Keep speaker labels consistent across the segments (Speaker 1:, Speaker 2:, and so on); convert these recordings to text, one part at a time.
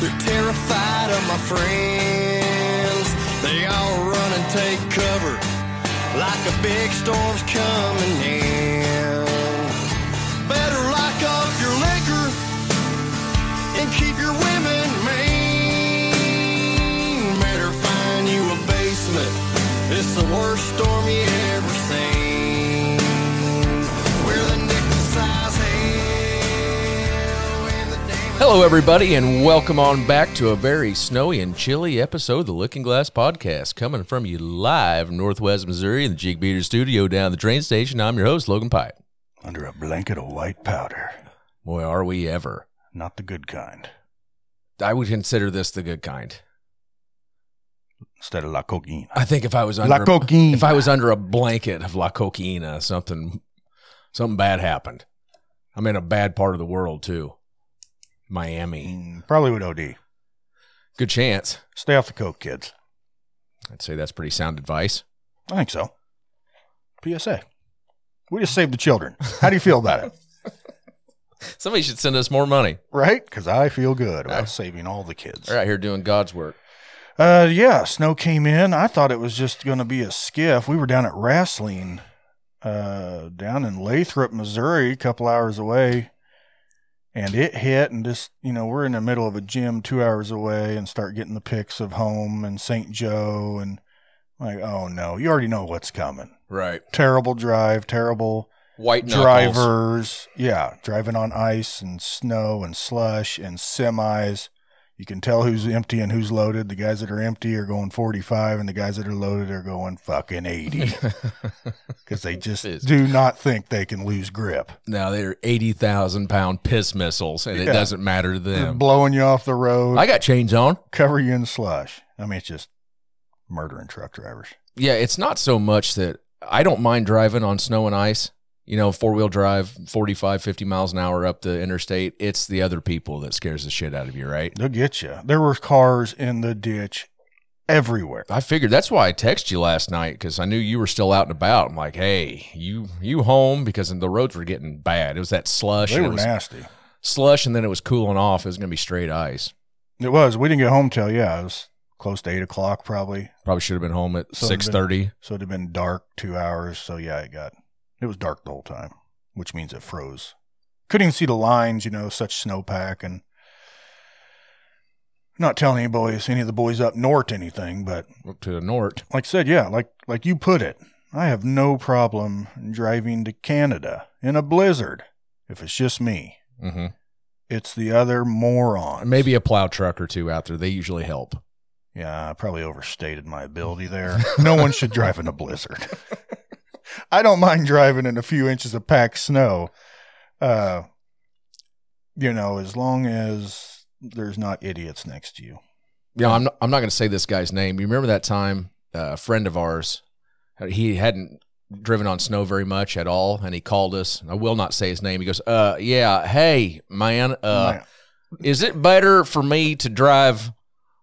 Speaker 1: They're terrified of my friends. They all run and take cover like a big storm's coming in. Better lock up your liquor and keep your women mean. Better find you a basement. It's the worst storm you ever seen. We're the nickel size hell and the damage.
Speaker 2: Hello, everybody, and welcome on back to a very snowy and chilly episode of the Looking Glass Podcast, coming from you live from Northwest Missouri in the Jig Beater Studio down at the train station. I'm your host, Logan Pyatt.
Speaker 3: Under a blanket of white powder.
Speaker 2: Boy, are we ever.
Speaker 3: Not the good kind.
Speaker 2: I would consider this the good kind.
Speaker 3: Instead of la coquina.
Speaker 2: I think if I was
Speaker 3: La
Speaker 2: under
Speaker 3: coquina.
Speaker 2: if I was under a blanket of La Coquina, something something bad happened. I'm in a bad part of the world too. Miami.
Speaker 3: Mm, Probably with OD.
Speaker 2: Good chance.
Speaker 3: Stay off the coke, kids.
Speaker 2: I'd say that's pretty sound advice.
Speaker 3: I think so. PSA. We just saved the children. How do you feel about it?
Speaker 2: Somebody should send us more money.
Speaker 3: Right? Because I feel good about saving all the kids.
Speaker 2: They're out here doing God's work.
Speaker 3: Uh, yeah, snow came in. I thought it was just going to be a skiff. We were down at Wrestling, uh, down in Lathrop, Missouri, a couple hours away, and it hit. And just you know, we're in the middle of a gym, two hours away, and start getting the pics of home and St. Joe, and like, oh no, you already know what's coming.
Speaker 2: Right.
Speaker 3: Terrible drive, terrible
Speaker 2: White knuckles.
Speaker 3: drivers. Yeah, driving on ice and snow and slush and semis. You can tell who's empty and who's loaded. The guys that are empty are going 45, and the guys that are loaded are going fucking 80 because they just
Speaker 2: Jeez.
Speaker 3: do not think they can lose grip.
Speaker 2: now they're eighty thousand pound piss missiles, and it
Speaker 3: Yeah.
Speaker 2: doesn't matter to
Speaker 3: They're
Speaker 2: them.
Speaker 3: blowing you off the road,
Speaker 2: I got chains on.
Speaker 3: cover you in slush. I mean, it's just murdering truck drivers.
Speaker 2: Yeah, it's not so much that I don't mind driving on snow and ice, you know, four wheel drive, 45, 50 miles an hour up the interstate. It's the other people that scares the shit out of you, right?
Speaker 3: They'll get you. There were cars in the ditch everywhere.
Speaker 2: I figured that's why I texted you last night because I knew you were still out and about. I'm like, hey, you you home because the roads were getting bad. It was that slush.
Speaker 3: They
Speaker 2: and
Speaker 3: were
Speaker 2: it was
Speaker 3: nasty.
Speaker 2: slush, and then it was cooling off. It was gonna be straight ice.
Speaker 3: It was. We didn't get home till yeah, it was close to eight o'clock probably.
Speaker 2: Probably should have been home at
Speaker 3: So it'd been-
Speaker 2: six thirty.
Speaker 3: So it'd have been dark two hours. So yeah, it got it was dark the whole time, which means it froze. Couldn't even see the lines, you know, such snowpack and not telling any boys any of the boys up north anything, but
Speaker 2: Up to the north.
Speaker 3: like I said, yeah, like like you put it, I have no problem driving to Canada in a blizzard if it's just me.
Speaker 2: hmm
Speaker 3: It's the other moron.
Speaker 2: Maybe a plow truck or two out there. They usually help.
Speaker 3: Yeah, I probably overstated my ability there. No one should drive in a blizzard. I don't mind driving in a few inches of packed snow. Uh, you know, as long as there's not idiots next to you.
Speaker 2: you know, I'm not, I'm not going to say this guy's name. You remember that time uh, a friend of ours, uh, he hadn't driven on snow very much at all, and he called us. I will not say his name. He goes, "Uh, yeah, hey man, uh,
Speaker 3: Man,
Speaker 2: is it better for me to drive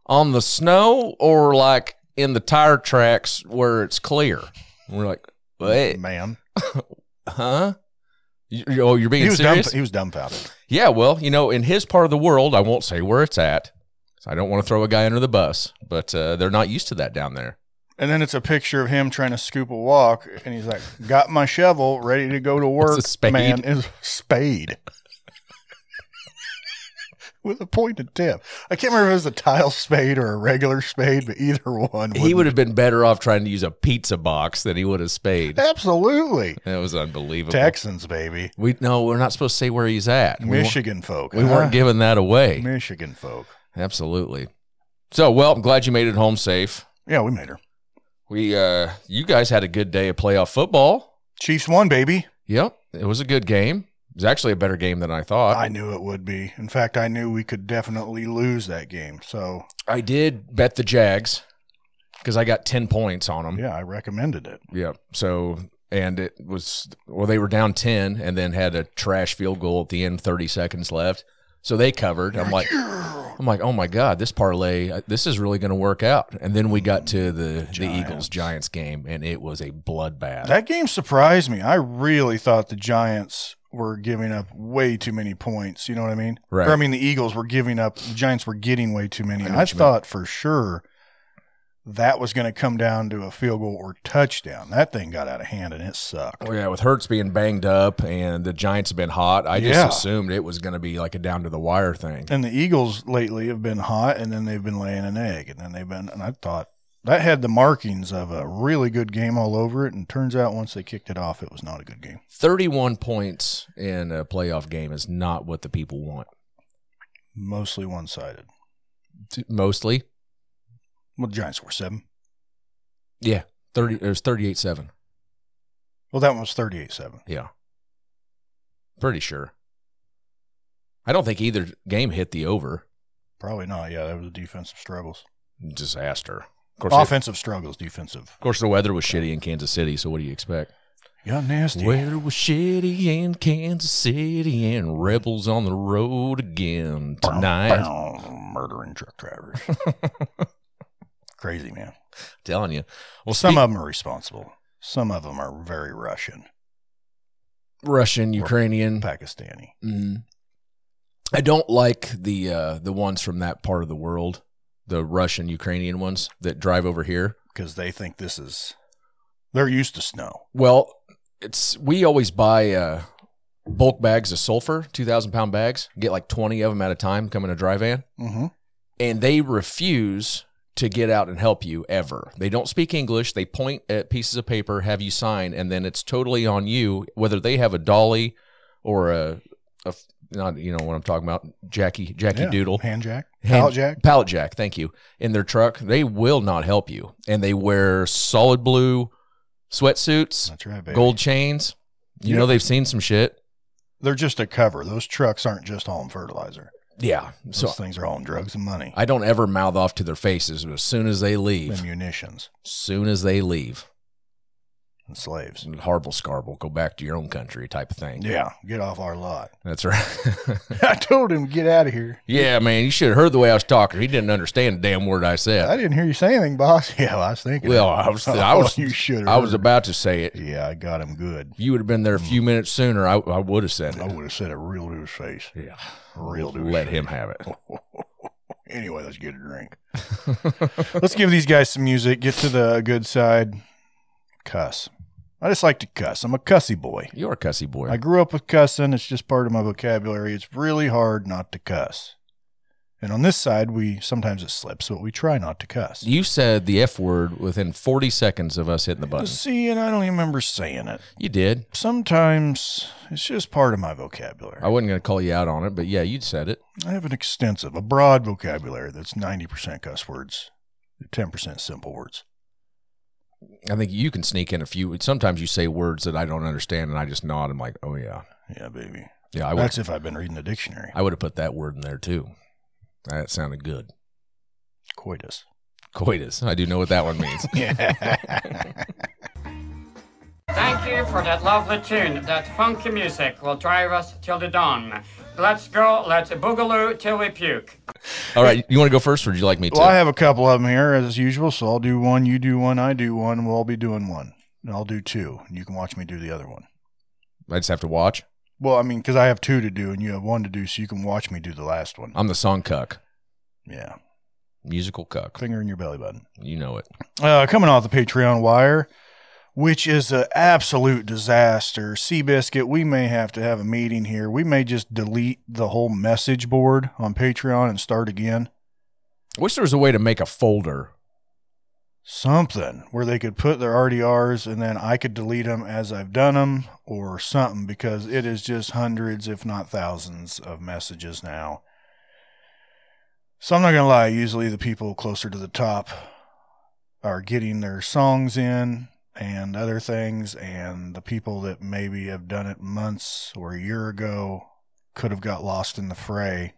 Speaker 2: on the snow or like in the tire tracks where it's clear?" And we're like, "Wait,
Speaker 3: man,
Speaker 2: huh?" You, you- oh, you're being
Speaker 3: he was dumb,
Speaker 2: serious?
Speaker 3: he was dumbfounded.
Speaker 2: Yeah, well, you know, in his part of the world, I won't say where it's at. So I don't want to throw a guy under the bus, but uh, they're not used to that down there.
Speaker 3: And then it's a picture of him trying to scoop a walk, and he's like, "Got my shovel, ready to go to work."
Speaker 2: It's a spade.
Speaker 3: Man is spade with a pointed tip. I can't remember if it was a tile spade or a regular spade, but either one.
Speaker 2: He would have been better off trying to use a pizza box than he would have spade.
Speaker 3: Absolutely.
Speaker 2: That was unbelievable.
Speaker 3: Texans, baby.
Speaker 2: We no, we're not supposed to say where he's at. We weren't-
Speaker 3: Michigan folk.
Speaker 2: We weren't
Speaker 3: huh?
Speaker 2: giving that away.
Speaker 3: Michigan folk.
Speaker 2: Absolutely. So, well, I'm glad you made it home safe.
Speaker 3: Yeah, we made her.
Speaker 2: We, uh, you guys had a good day of playoff football.
Speaker 3: Chiefs won, baby.
Speaker 2: Yep, it was a good game. was actually a better game than I thought.
Speaker 3: I knew it would be. In fact, I knew we could definitely lose that game. So,
Speaker 2: I did bet the Jags because I got 10 points on them.
Speaker 3: yeah, I recommended it.
Speaker 2: Yeah. So, and it was, well, they were down 10 and then had a trash field goal at the end, 30 seconds left. So they covered. I'm like, I'm like, oh my God, this parlay, uh, this is really going to work out. And then we got to the, the Eagles Giants game and it was a bloodbath.
Speaker 3: That game surprised me. I really thought the Giants were giving up way too many points. You know what I mean?
Speaker 2: Right.
Speaker 3: Or, I mean, the Eagles were giving up. The Giants were getting way too many.
Speaker 2: I know
Speaker 3: I,
Speaker 2: what you mean.
Speaker 3: thought for sure that was going to come down to a field goal or touchdown. That thing got out of hand and it sucked.
Speaker 2: Oh yeah, with Hertz being banged up and the Giants have been hot, I
Speaker 3: Yeah.
Speaker 2: just assumed it was going to be like a down to the wire thing.
Speaker 3: And the Eagles lately have been hot, and then they've been laying an egg, and then they've been. And I thought that had the markings of a really good game all over it, and turns out once they kicked it off, it was not a good game.
Speaker 2: 31 points in a playoff game is not what the people want.
Speaker 3: Mostly one sided.
Speaker 2: T- Mostly,
Speaker 3: Well, the Giants were seven.
Speaker 2: yeah, 30 it was 38-7.
Speaker 3: Well, that one was thirty-eight seven.
Speaker 2: Yeah. Pretty sure. I don't think either game hit the over.
Speaker 3: Probably not. Yeah, that was defensive struggles.
Speaker 2: Disaster. Of course, the,
Speaker 3: Offensive struggles, defensive.
Speaker 2: of course the weather was shitty in Kansas City, so what do you expect?
Speaker 3: Yeah, nasty.
Speaker 2: Weather was shitty in Kansas City and Rebels on the road again
Speaker 3: Bow,
Speaker 2: tonight.
Speaker 3: bow, murdering truck drivers. Crazy man.
Speaker 2: Telling you. Well,
Speaker 3: Some
Speaker 2: speak-
Speaker 3: of them are responsible. Some of them are very Russian,
Speaker 2: Russian, Ukrainian.
Speaker 3: Pakistani.
Speaker 2: Mm. I don't like the uh, the ones from that part of the world, the Russian Ukrainian ones that drive over here.
Speaker 3: because they think this is they're used to snow.
Speaker 2: Well, it's we always buy uh, bulk bags of sulfur, two thousand pound bags. Get like twenty of them at a time. Come in a dry van,
Speaker 3: Mm-hmm.
Speaker 2: and they refuse to get out and help you ever. They don't speak English. They point at pieces of paper, have you sign, and then it's totally on you whether they have a dolly or a, a f- not you know what I'm talking about, Jackie Jackie Doodle
Speaker 3: hand jack,
Speaker 2: Hand-
Speaker 3: pallet jack.
Speaker 2: pallet jack thank you in their truck they will not help you and they wear solid blue sweatsuits
Speaker 3: That's right, baby.
Speaker 2: gold chains you know they've seen some shit
Speaker 3: They're just a cover. Those trucks aren't just hauling fertilizer.
Speaker 2: yeah
Speaker 3: Those
Speaker 2: so
Speaker 3: things are hauling drugs and money,
Speaker 2: i don't ever mouth off to their faces but as soon as they
Speaker 3: and
Speaker 2: leave
Speaker 3: munitions,
Speaker 2: soon as they leave
Speaker 3: and slaves.
Speaker 2: harble scarble go back to your own country type of thing
Speaker 3: Yeah, get off our lot.
Speaker 2: that's right
Speaker 3: I told him get out of here.
Speaker 2: yeah man you should have heard the way i was talking he didn't understand a damn word i said
Speaker 3: I didn't hear you say anything, boss. Yeah, well, I was thinking.
Speaker 2: well i was i
Speaker 3: Oh,
Speaker 2: was
Speaker 3: you should.
Speaker 2: i was about to say it
Speaker 3: Yeah, I got him good.
Speaker 2: you would have been there a few minutes sooner i, I would have said it
Speaker 3: I would have said it real to his face.
Speaker 2: yeah
Speaker 3: Real to his
Speaker 2: let
Speaker 3: face.
Speaker 2: him have it.
Speaker 3: Anyway, let's get a drink. let's give these guys some music. Get to the good side. Cuss. I just like to cuss. I'm a cussy boy.
Speaker 2: You're a cussy boy.
Speaker 3: I grew up with cussing. It's just part of my vocabulary. It's really hard not to cuss. And on this side, we sometimes it slips, but we try not to cuss.
Speaker 2: you said the F word within 40 seconds of us hitting the button.
Speaker 3: See, and I don't even remember saying it.
Speaker 2: You did.
Speaker 3: Sometimes it's just part of my vocabulary.
Speaker 2: I wasn't going to call you out on it, but yeah, you said it.
Speaker 3: I have an extensive, a broad vocabulary that's 90% cuss words, 10% simple words.
Speaker 2: I think you can sneak in a few. Sometimes you say words that I don't understand, and I just nod. I'm like, oh yeah,
Speaker 3: Yeah, baby.
Speaker 2: yeah. I would.
Speaker 3: That's if I've been reading the dictionary.
Speaker 2: I would have put that word in there too. That sounded good.
Speaker 3: Coitus.
Speaker 2: Coitus. I do know what that one means.
Speaker 4: Thank you for that lovely tune. That funky music will drive us till the dawn. Let's go, let's boogaloo till we puke.
Speaker 2: All right, you want to go first, or do you like me to?
Speaker 3: Well, I have a couple of them here as usual, so I'll do one, you do one, I do one, we'll all be doing one. And I'll do two, and you can watch me do the other one.
Speaker 2: I just have to watch.
Speaker 3: Well, I mean, because I have two to do and you have one to do, so you can watch me do the last one.
Speaker 2: I'm the song cuck,
Speaker 3: Yeah.
Speaker 2: musical cuck.
Speaker 3: Finger in your belly button.
Speaker 2: You know it.
Speaker 3: uh, coming off the Patreon wire, which is an absolute disaster. Seabiscuit, we may have to have a meeting here. We may just delete the whole message board on Patreon and start again.
Speaker 2: I wish there was a way to make a folder.
Speaker 3: Something where they could put their RDRs and then I could delete them as I've done them or something because it is just hundreds, if not thousands, of messages now. So I'm not going to lie, usually the people closer to the top are getting their songs in and other things, and the people that maybe have done it months or a year ago could have got lost in the fray.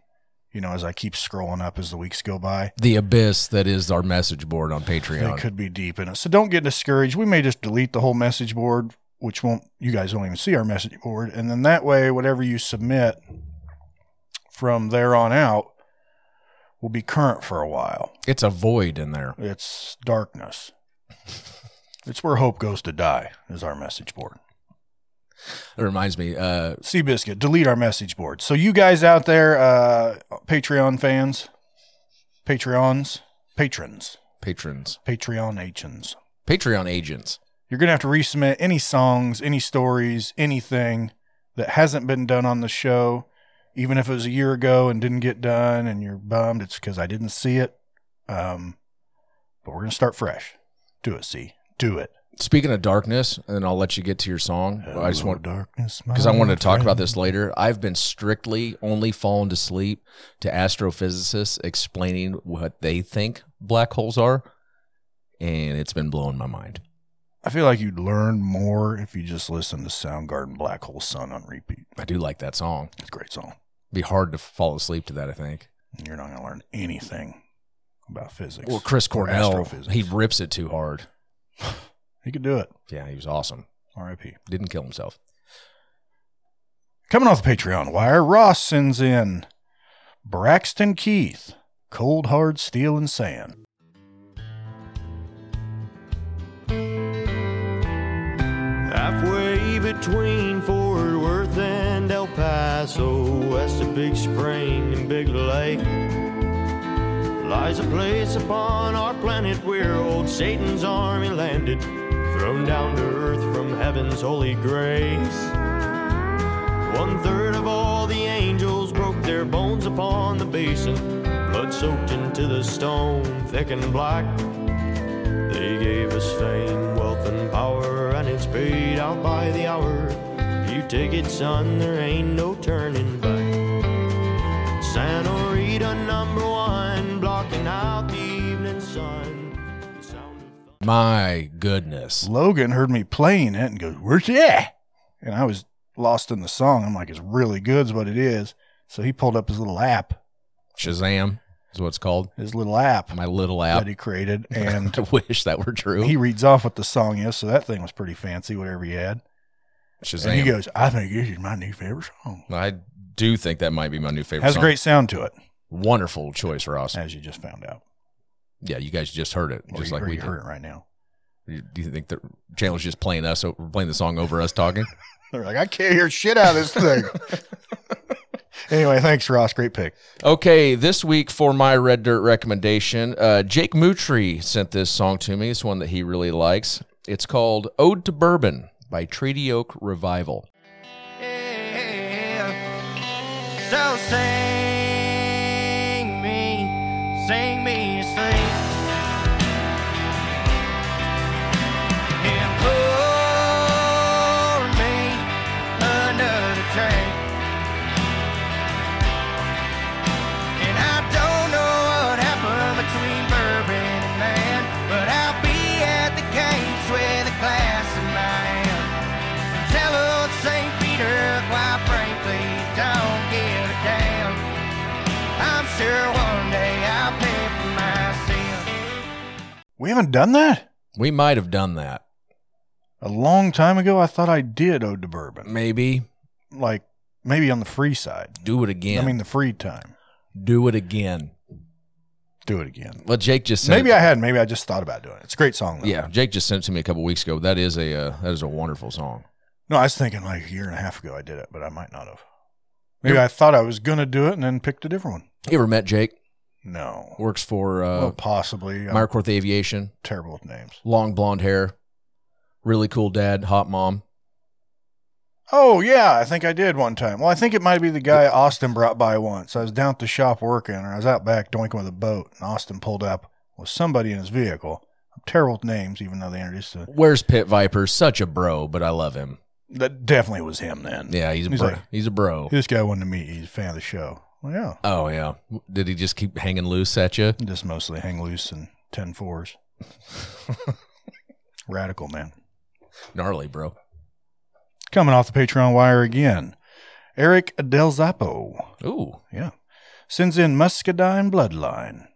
Speaker 3: You know, as I keep scrolling up as the weeks go by,
Speaker 2: The abyss that is our message board on
Speaker 3: they
Speaker 2: Patreon.
Speaker 3: could be deep in it. So don't get discouraged. We may just delete the whole message board, which won't, you guys won't even see our message board. And then that way, whatever you submit from there on out will be current for a while.
Speaker 2: It's a void in there.
Speaker 3: It's darkness. it's where hope goes to die, is our message board.
Speaker 2: It reminds me. Uh,
Speaker 3: Seabiscuit, delete our message board. So you guys out there, uh, Patreon fans, Patreons, patrons,
Speaker 2: patrons,
Speaker 3: Patreon agents,
Speaker 2: Patreon agents.
Speaker 3: you're gonna have to resubmit any songs, any stories, anything that hasn't been done on the show, even if it was a year ago and didn't get done, and you're bummed. It's because I didn't see it. Um, but we're gonna start fresh. Do it, see, do it.
Speaker 2: Speaking of darkness, and I'll let you get to your song. I just
Speaker 3: Hello,
Speaker 2: want
Speaker 3: darkness
Speaker 2: because I wanted to talk about this later. I've been strictly only falling to sleep to astrophysicists explaining what they think black holes are, and it's been blowing my mind.
Speaker 3: I feel like you'd learn more if you just listen to Soundgarden Black Hole Sun on repeat.
Speaker 2: I do like that song.
Speaker 3: It's a great song.
Speaker 2: Be hard to fall asleep to that. I think.
Speaker 3: You're not gonna learn anything about physics.
Speaker 2: Well, Chris
Speaker 3: or
Speaker 2: Cornell,
Speaker 3: astrophysics.
Speaker 2: he rips it too hard.
Speaker 3: he could do it.
Speaker 2: Yeah, he was awesome.
Speaker 3: R.I.P.
Speaker 2: Didn't kill himself.
Speaker 3: Coming off the Patreon wire, Ross sends in Braxton Keith, Cold Hard Steel and Sand.
Speaker 5: Halfway between Fort Worth and El Paso, west of Big Spring and Big Lake, lies a place upon our planet where old Satan's army landed, thrown down to earth from heaven's holy grace. One third of all the angels broke their bones upon the basin, blood soaked into the stone, thick and black. They gave us fame, wealth, and power, and it's paid out by the hour. If you take it, son, there ain't no turning back. Santa Rita number one, blocking out the evening sun. The sound of
Speaker 2: My goodness.
Speaker 3: Logan heard me playing it and goes, Where's that? And I was lost in the song. I'm like, It's really good, is what it is. So he pulled up his little app,
Speaker 2: Shazam is what it's called.
Speaker 3: his little app
Speaker 2: My little app.
Speaker 3: that he created, and
Speaker 2: I wish that were true.
Speaker 3: he reads off what the song is. So that thing was pretty fancy, whatever he had.
Speaker 2: Shazam.
Speaker 3: And he goes, I think this is my new favorite song.
Speaker 2: I do think that might be my new favorite.
Speaker 3: Has a
Speaker 2: song.
Speaker 3: great sound to it,
Speaker 2: wonderful choice, Ross.
Speaker 3: as you just found out.
Speaker 2: Yeah, you guys just heard it,
Speaker 3: Or
Speaker 2: just
Speaker 3: you,
Speaker 2: like
Speaker 3: or
Speaker 2: we
Speaker 3: you
Speaker 2: did.
Speaker 3: heard it right now.
Speaker 2: You- Do you think the channel's just playing us, o- playing the song over us talking?
Speaker 3: They're like, I can't hear shit out of this thing. anyway, thanks, Ross. Great pick.
Speaker 2: Okay, this week for my Red Dirt recommendation, uh, Jake Mutri sent this song to me. It's one that he really likes. It's called Ode to Bourbon by Treaty Oak Revival.
Speaker 5: Yeah. So sing me, sing me to sleep. And pour me another drink. And I don't know what happened between bourbon and man, but I'll be at the gates with a glass in my hand. Tell old St. Peter quite frankly don't give a damn. I'm sure one day I'll pay for my sin.
Speaker 3: We haven't done that?
Speaker 2: We might have done that.
Speaker 3: A long time ago, I thought I did Ode to Bourbon.
Speaker 2: Maybe
Speaker 3: Like, maybe on the free side.
Speaker 2: do it again.
Speaker 3: I mean, the free time.
Speaker 2: do it again.
Speaker 3: Do it again.
Speaker 2: Well, Jake just sent
Speaker 3: Maybe
Speaker 2: it-
Speaker 3: I had. Maybe I just thought about doing it. It's a great song, though.
Speaker 2: Yeah, Jake just sent it to me a couple weeks ago. That is a uh, that is a wonderful song.
Speaker 3: No, I was thinking like a year and a half ago I did it, but I might not have. Maybe I thought I was going to do it and then picked a different one.
Speaker 2: You ever met Jake?
Speaker 3: No.
Speaker 2: Works for
Speaker 3: well,
Speaker 2: uh,
Speaker 3: possibly. I'm
Speaker 2: Meyercorth Aviation.
Speaker 3: terrible with names.
Speaker 2: Long blonde hair, really cool dad, hot mom.
Speaker 3: Oh yeah, I think I did one time. Well, I think it might be the guy Austin brought by once. I was down at the shop working, or I was out back doinking with a boat, and Austin pulled up with somebody in his vehicle. I'm terrible with names, even though they introduced the.
Speaker 2: Where's Pit Viper? Such a bro, but I love him.
Speaker 3: That definitely was him then.
Speaker 2: Yeah, he's a
Speaker 3: He's
Speaker 2: bro.
Speaker 3: like-
Speaker 2: he's a bro.
Speaker 3: This guy wanted to meet. you. He's a fan of the show. Well, yeah,
Speaker 2: Oh yeah. Did he just keep hanging loose at you?
Speaker 3: just mostly hang loose and ten fours. Radical man.
Speaker 2: Gnarly, bro.
Speaker 3: Coming off the Patreon wire again, Eric Del Zappo.
Speaker 2: Ooh.
Speaker 3: Yeah. Sends in Muscadine Bloodline.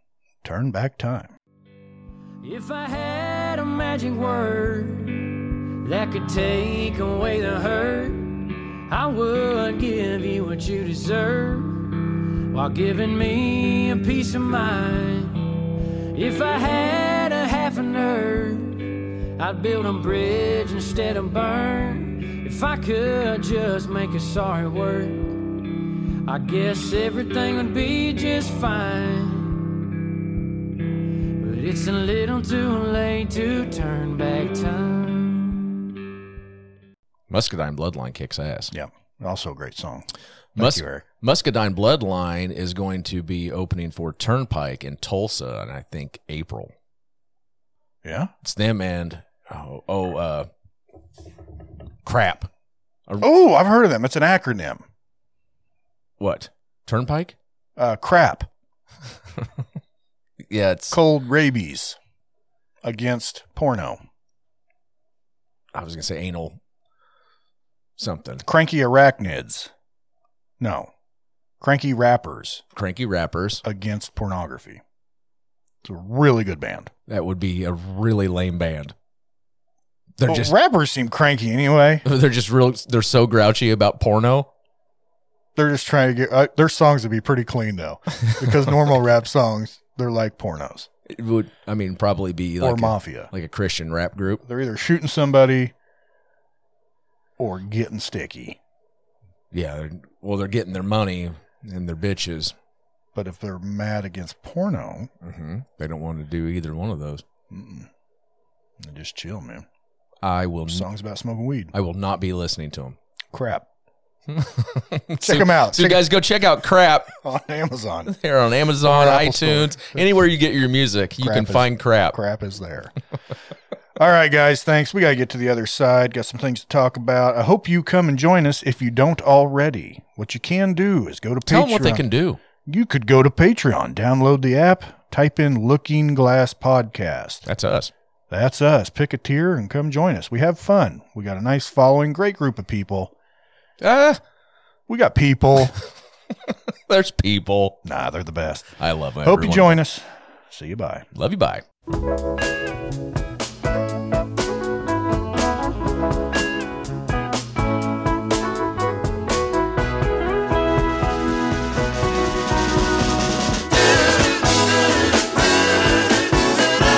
Speaker 3: Turn back time.
Speaker 5: If I had a magic word that could take away the hurt, I would give you what you deserve while giving me a peace of mind. If I had a half a nerve, I'd build a bridge instead of burn. If I could just make a sorry work, I guess everything would be just fine. But it's a little too late to turn back time.
Speaker 2: Muscadine Bloodline kicks ass.
Speaker 3: Yeah. Also a great song.
Speaker 2: Mus-
Speaker 3: you, Eric.
Speaker 2: Muscadine Bloodline is going to be opening for Turnpike in Tulsa, and I think April.
Speaker 3: Yeah.
Speaker 2: It's them and oh, oh uh, crap.
Speaker 3: Oh, I've heard of them. It's an acronym.
Speaker 2: What? Turnpike?
Speaker 3: Uh, crap.
Speaker 2: Yeah, it's.
Speaker 3: Cold rabies against porno.
Speaker 2: I was gonna say anal. Something.
Speaker 3: Cranky arachnids. No. Cranky rappers
Speaker 2: Cranky rappers.
Speaker 3: against pornography. It's a really good band.
Speaker 2: That would be a really lame band. They're
Speaker 3: Well,
Speaker 2: just
Speaker 3: rappers seem cranky anyway.
Speaker 2: they're just real. They're so grouchy about porno.
Speaker 3: They're just trying to get uh, their songs would be pretty clean though, because normal rap songs they're like pornos
Speaker 2: It would. I mean, probably be
Speaker 3: or
Speaker 2: like a,
Speaker 3: mafia.
Speaker 2: like a Christian rap group.
Speaker 3: They're either shooting somebody or getting sticky.
Speaker 2: Yeah. they're- Well, they're getting their money and their bitches.
Speaker 3: But if they're mad against porno,
Speaker 2: hmm They don't want to do either one of those.
Speaker 3: mm-mm. They just chill, man.
Speaker 2: I will. n-
Speaker 3: Songs about smoking weed.
Speaker 2: I will not be listening to them.
Speaker 3: Crap
Speaker 2: check
Speaker 3: Check 'em out.
Speaker 2: So you
Speaker 3: Check-
Speaker 2: guys go check out crap.
Speaker 3: on Amazon.
Speaker 2: They're on Amazon,
Speaker 3: Or Apple
Speaker 2: iTunes,
Speaker 3: Store.
Speaker 2: anywhere you get your music, you
Speaker 3: Crap
Speaker 2: can
Speaker 3: is-
Speaker 2: find crap.
Speaker 3: Crap is there. All right, guys. Thanks. We got to get to the other side. Got some things to talk about. I hope you come and join us if you don't already. What you can do is go to
Speaker 2: Tell
Speaker 3: Patreon.
Speaker 2: them what they can do.
Speaker 3: You could go to Patreon, download the app, type in Looking Glass Podcast.
Speaker 2: That's us.
Speaker 3: That's us. Pick a tier and come join us. We have fun. We got a nice following, great group of people.
Speaker 2: Ah,
Speaker 3: We got people.
Speaker 2: there's people.
Speaker 3: nah, they're the best.
Speaker 2: I love everyone.
Speaker 3: Hope you join us. See you. Bye.
Speaker 2: Love you. Bye.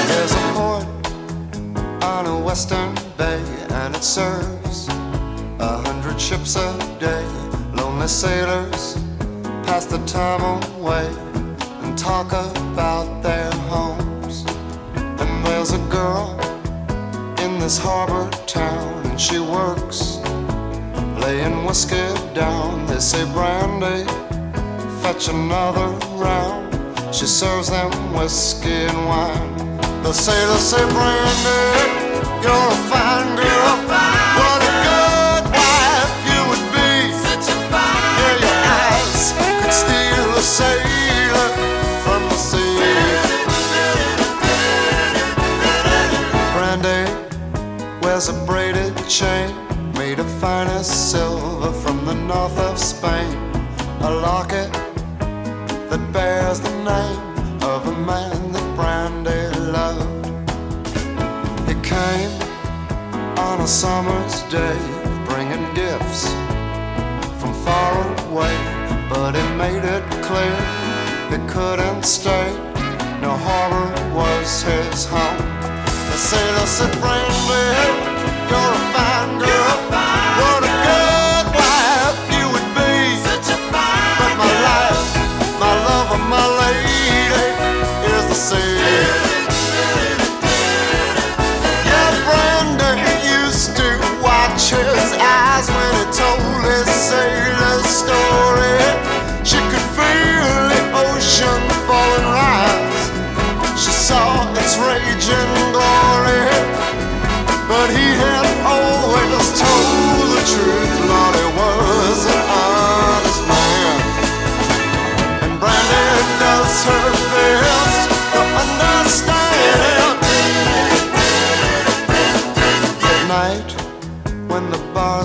Speaker 1: There's a port on a western bay, and it serves a hundred ships a day. Lonely sailors pass the time away and talk about their homes. And there's a girl in this harbor town, and she works laying whiskey down. They say brandy, fetch another round. She serves them whiskey and wine. The sailors say, Brandy, you're a fine girl. What a good wife you would be. Such a fine Yeah, your eyes could steal a sailor from the sea. Brandy wears a braided chain made of finest silver from the north of Spain. A locket that bears the name of a man that Brandy loved. He came on a summer's day, bringing gifts from far away, but he made it clear he couldn't stay. No harbor was his home. The sailor said, Brandy, you're a fine girl. What a good wife you would be. Such a fine But my life, my love, and my lady is the sea. Yeah, Brandon used to watch his eyes when he told his sailor story. She could feel the ocean falling rise. She saw its raging glory. But he had always told the truth. Lord, he was an honest man. And Brandon does her best to understand. At night,